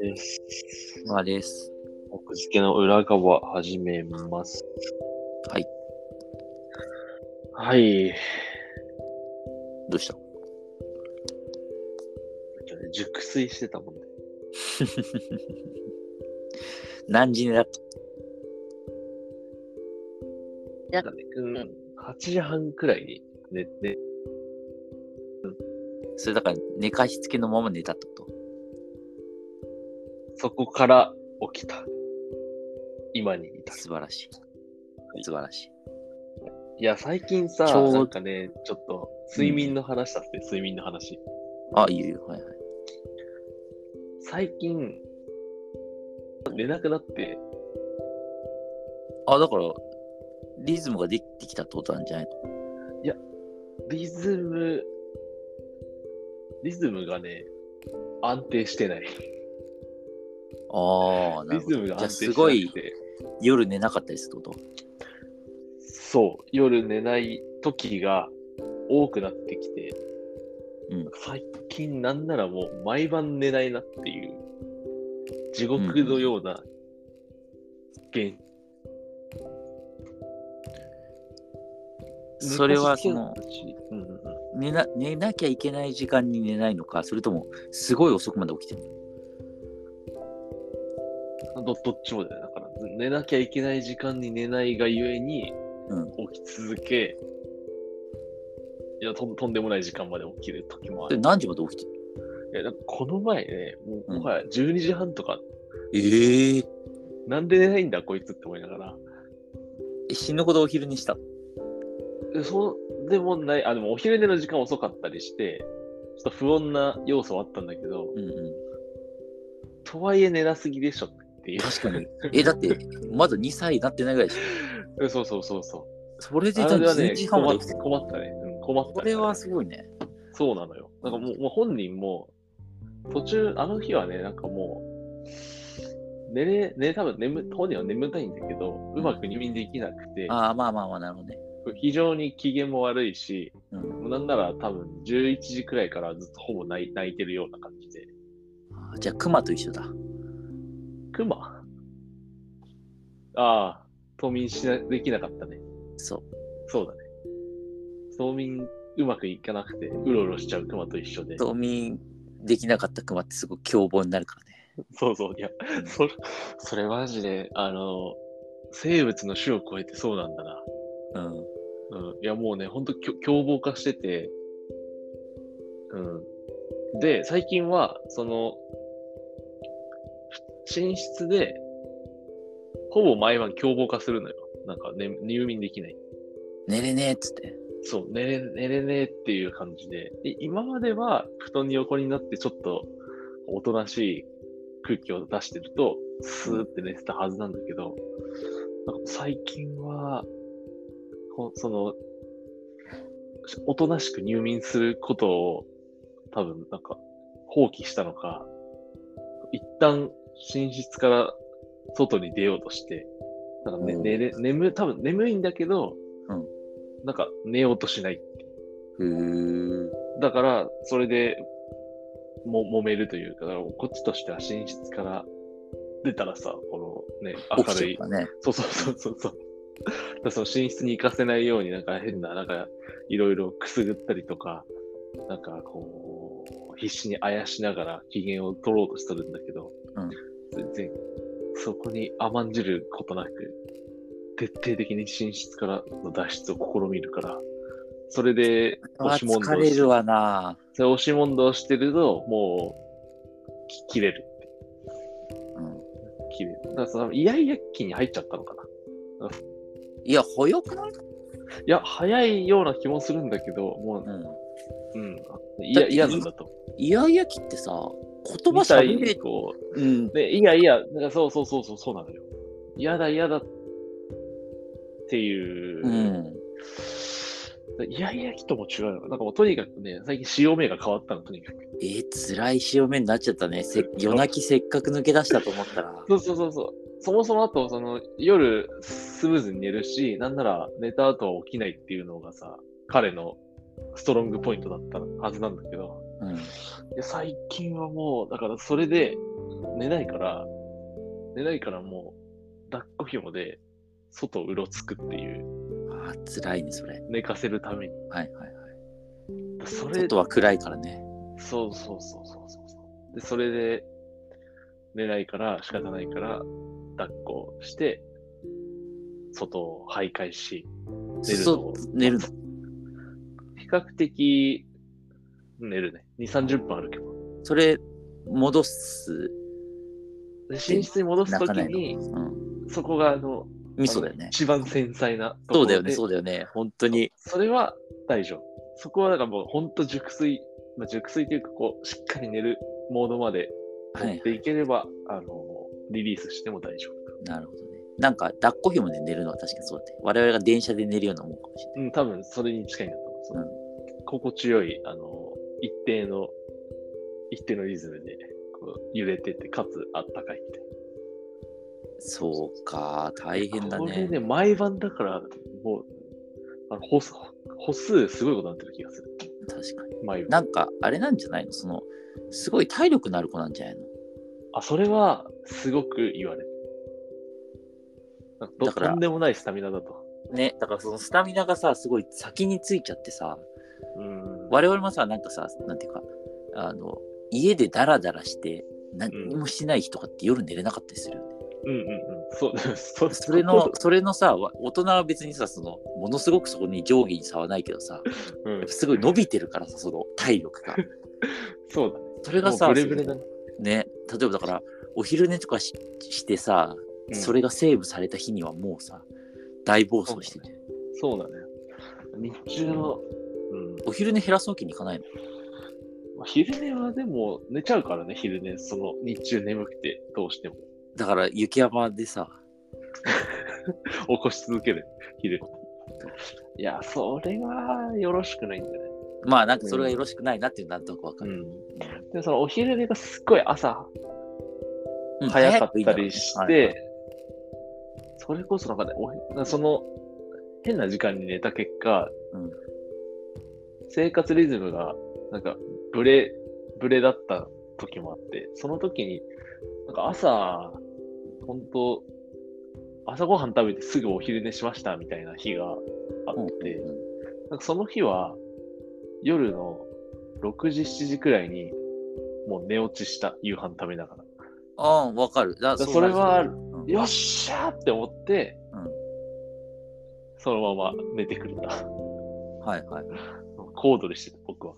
です。まあです。奥付けの裏側始めます。はい。はい。どうした熟睡してたもんね。何時にだったなんかね、うん、8時半くらいに寝て、それだから寝かしつけのまま寝たってことそこから起きた。今に至る。素晴らしい。素晴らしい。いや、最近さ、ちょうどなんかね、ちょっと睡眠の話させて、睡眠の話。あ、いいよ。はいはい。最近、寝なくなって、あ、だから、リズムができてきたってことなんじゃないのリズム、リズムがね、安定してない。ああ、なリるほズムど。がじゃ安定あすしてなごくいて、夜寝なかったりするってことそう、夜寝ない時が多くなってきて、うん最近なんならもう毎晩寝ないなっていう、地獄のような現、それはそ寝のかしつけだしうんうんうん寝な、寝なきゃいけない時間に寝ないのか、それともすごい遅くまで起きてるのどどっちもだよ。だから、寝なきゃいけない時間に寝ないがゆえに、うん起き続け、いやとん、とんでもない時間まで起きる時もあそれる。何時まで起きてるいやなんかこの前ね、もううんもはや12時半とか、ええなんで寝ないんだ、こいつって思いながら。死ぬほどお昼にした。えそうでもない、あ、でもお昼寝の時間遅かったりして、ちょっと不穏な要素はあったんだけど、うんうん。とはいえ寝なすぎでしょっていう。確かに。え、だって、まだ2歳になってないぐらいでしょ。えそうそうそうそそれう。であれは12ね、時半ま困でっ起きてる。困ったね。うん困ったね。これはすごいね。そうなのよ。なんかもうもう本人も、途中、あの日はね、なんかもう、寝れ、ね、多分眠、本人は眠たいんだけど、うまく入眠できなくて、ああ、まあまあまあ、なるほどね。非常に機嫌も悪いし、うん、もうなんなら多分11時くらいからずっとほぼ泣い泣いてるような感じで。あーじゃあ、熊と一緒だ。クマああ、冬眠しなできなかったね。そう。そうだね。冬眠うまくいかなくて、うろうろしちゃうクマと一緒で。冬眠できなかった熊ってすごい凶暴になるからね。そうそう、いや、それ、それマジで、あの、生物の種を超えてそうなんだな。うん。うん。いや、もうね、ほんときょ凶暴化してて、うん。で、最近は、その、寝室で、ほぼ毎晩凶暴化するのよ。なんか、ね、入眠できない。寝れねえっつって。そう、寝れ、寝れねえっていう感じで。で今までは、布団に横になって、ちょっと、おとなしい空気を出してると、スーって寝てたはずなんだけど、なんか最近は、こうその、しおとなしく入眠することを、多分、なんか、放棄したのか、一旦、寝室から外に出ようとして、なんか、ねうん寝れ、眠、多分眠いんだけど、うんなんか、寝ようとしない。うん。だから、それでも揉めるというか、だからこっちとしては寝室から出たらさ、このね、起明きるているか、らね。そうそうそうそうそう。だからその寝室に行かせないように、なんか変な、なんかいろいろくすぐったりとか、なんかこう、必死にあやしながら機嫌を取ろうとするんだけど、うん全然そこに甘んじることなく、徹底的に寝室からの脱出を試みるから、それで押あし問疲答れしてるわな。それ押し問答してると、もう、き切れる。うん。切れる。だからその、イヤイヤ期に入っちゃったのかな。いや、早くないいや、早いような気もするんだけど、もうん。う、うん。いだっや、て嫌なんだと。イヤイヤ期ってさ、言葉みたい喋にれ。こうんう、。ね、いやいや、だからそうそうそうそう、そうなのよ。嫌だ、嫌だ。っていうう。ん。いやいや期とも違うのか。なんかもうとにかくね、最近潮目が変わったの、とにかく。えー、辛い潮目になっちゃったね。せ夜泣きせっかく抜け出したと思ったら。 そうそうそうそう。そもそもあと、その、夜、スムーズに寝るし、なんなら寝た後は起きないっていうのがさ、彼のストロングポイントだったはずなんだけど、うん。いや最近はもう、だからそれで寝ないから、寝ないからもう、抱っこ紐で外をうろつくっていう、あー辛いね、それ。寝かせるために。はいはいはい。それ、外は暗いからね。そうそうそうそうそうそう。で、それで、寝ないから、仕方ないから、抱っこして、外を徘徊し、寝るのそ寝るの。比較的、寝るね。2、30分歩けば。それ、戻す。で、寝室に戻す泣とかきないに、の。うん。そこが、あの、ミソだよね。一番繊細なとこそろうだで。よね、そうだよね。本当に。それは大丈夫。そこはだからもう本当熟睡、まあ、熟睡というかこう、しっかり寝るモードまでは持っい。ていければ、あの、リリースしても大丈夫。なるほどね。なんか、抱っこ紐で寝るのは確かにそうだね。我々が電車で寝るようなもんかもしれない。うん、多分それに近いんだと思う。その心地よい、あの、一定の、一定のリズムで、こう、揺れてて、かつあったかいみたいな。そうか、大変だこれね。ね、毎晩だから、もう、あの歩数、歩数すごいことになってる気がする。確かに。毎晩。なんか、あれなんじゃないのその、すごい体力のある子なんじゃないのあ、それは、すごく言われる。なんかどだからとんでもないスタミナだと。ね、だからそのスタミナがさ、すごい先についちゃってさ、うん。我々もさ、なんかさ、なんていうか、あの、家でダラダラして、何もしない日とかって夜寝れなかったりするよね。うんうんうん。そう、そ それの、それのさ、わ大人は別にさ、その、ものすごくそこに上下に差はないけどさ、うんやっぱ、すごい伸びてるからさ、その体力 が。そうだね。それがさ、もうブレブレだね。そのね、例えばだから、お昼寝とかししてさ、うんそれがセーブされた日にはもうさ、大暴走してて、そうだね。日中の、うん。お昼寝減らすわけにいかないの。まあ昼寝はでも寝ちゃうからね、昼寝。その日中眠くて、どうしても。だから、雪山でさ、起こし続ける、昼。いや、それはよろしくないんだよね。まあなんかそれがよろしくないなっていうのはなんとなくわかうる。ん。でもそのお昼寝がすっごい朝うん早かったり早しくいいんだろうねて、それこそなんかね、おへなんかその変な時間に寝た結果、うん生活リズムがなんかブレ、ブレだった時もあって、その時に、なんか朝、本当朝ごはん食べてすぐお昼寝しましたみたいな日があって、はいうんなんかその日は夜の6時、7時くらいにもう寝落ちした、夕飯食べながら。ああ、わかる。だだそれはある、うんよっしゃーって思って、うんそのまま寝てくれた。はいはい。コードでしてた、僕は。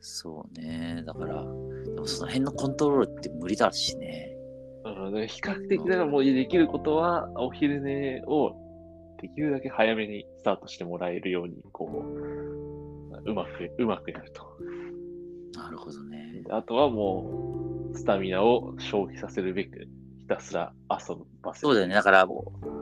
そうね。だから、でもその辺のコントロールって無理だしね。だからね比較的、だからもうできることは、お昼寝をできるだけ早めにスタートしてもらえるように、こう、うまく、うまくやると。なるほどね。あとはもう、スタミナを消費させるべく、ひたすら遊ばせる。そうだよね。だから、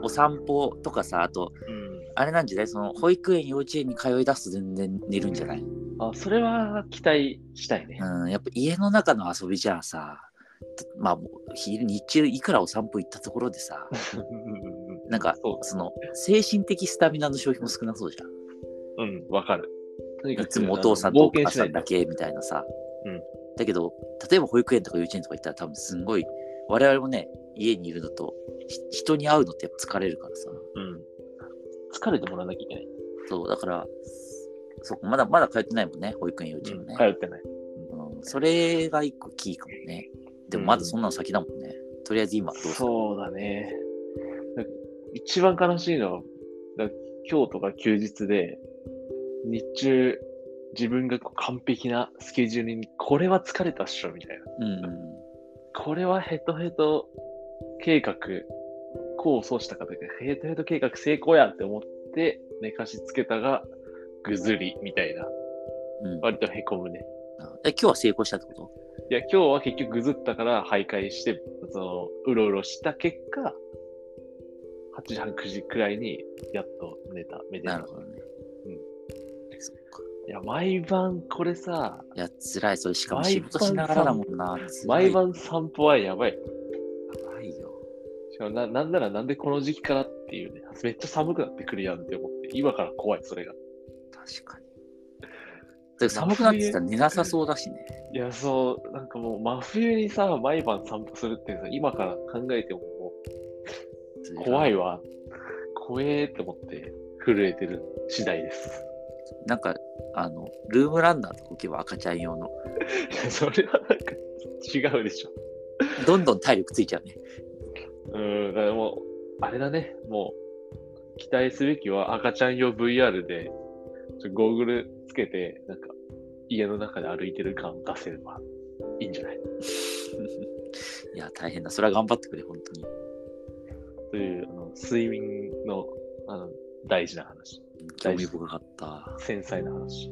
お散歩とかさ、あと、うん。あれなんじゃないその、保育園、幼稚園に通い出すと全然寝るんじゃないあ、それは期待したいね。うん、やっぱ家の中の遊びじゃあさ、まあ、昼日中いくらお散歩行ったところでさ、なんかそう、その、精神的スタミナの消費も少なそうじゃん。うん、わかる。とにいつもお父さんとお母さんだけみたいなさ。うんだけど、例えば保育園とか幼稚園とか行ったら多分すんごい、我々もね、家にいるのと、ひ人に会うのってやっぱ疲れるからさ。うん。疲れてもらわなきゃいけない。そう、だから、そっかまだまだ通ってないもんね、保育園、幼稚園もね。通ってない。うんそれが一個キーかもね。でもまだそんなの先だもんね。とりあえず今どうするそうだね。だ一番悲しいのは、だ今日とか休日で、日中、自分がこう完璧なスケジュールに、これは疲れたっしょ、みたいな。うんうん。これはヘトヘト計画、こうそうしたかというか、ヘトヘト計画成功やって思って寝かしつけたが、ぐずり、みたいな。うん割とへこむね。え今日は成功したってこといや、今日は結局ぐずったから徘徊して、その、うろうろした結果、8時半、9時くらいに、やっと寝た、めでたなるほどね。そっかいや、毎晩これさ、いや、辛い、それしかも仕事しながらだもんな。毎辛晩散歩はやばい。い辛いよ。しかもな、なんならなんでこの時期からっていうね、めっちゃ寒くなってくるやんって思って、今から怖い、それが。確かに。から寒くなってきたら寝なさそうだしね。いや、そう、なんかもう真冬にさ、毎晩散歩するってさ、今から考えてももう怖い。いわ。怖えって思って震えてる次第です。なんか、あの、ルームランナーとか置けば赤ちゃん用の。いや それはなんか違うでしょ。どんどん体力ついちゃうね。うん、だからもう、あれだね、もう、期待すべきは赤ちゃん用 VR で、ちょゴーグルつけて、なんか、家の中で歩いてる感出せればいいんじゃないいや、大変だ。それは頑張ってくれ、本当に。という、あの睡眠のあの大事な話、興味深かった。繊細な話。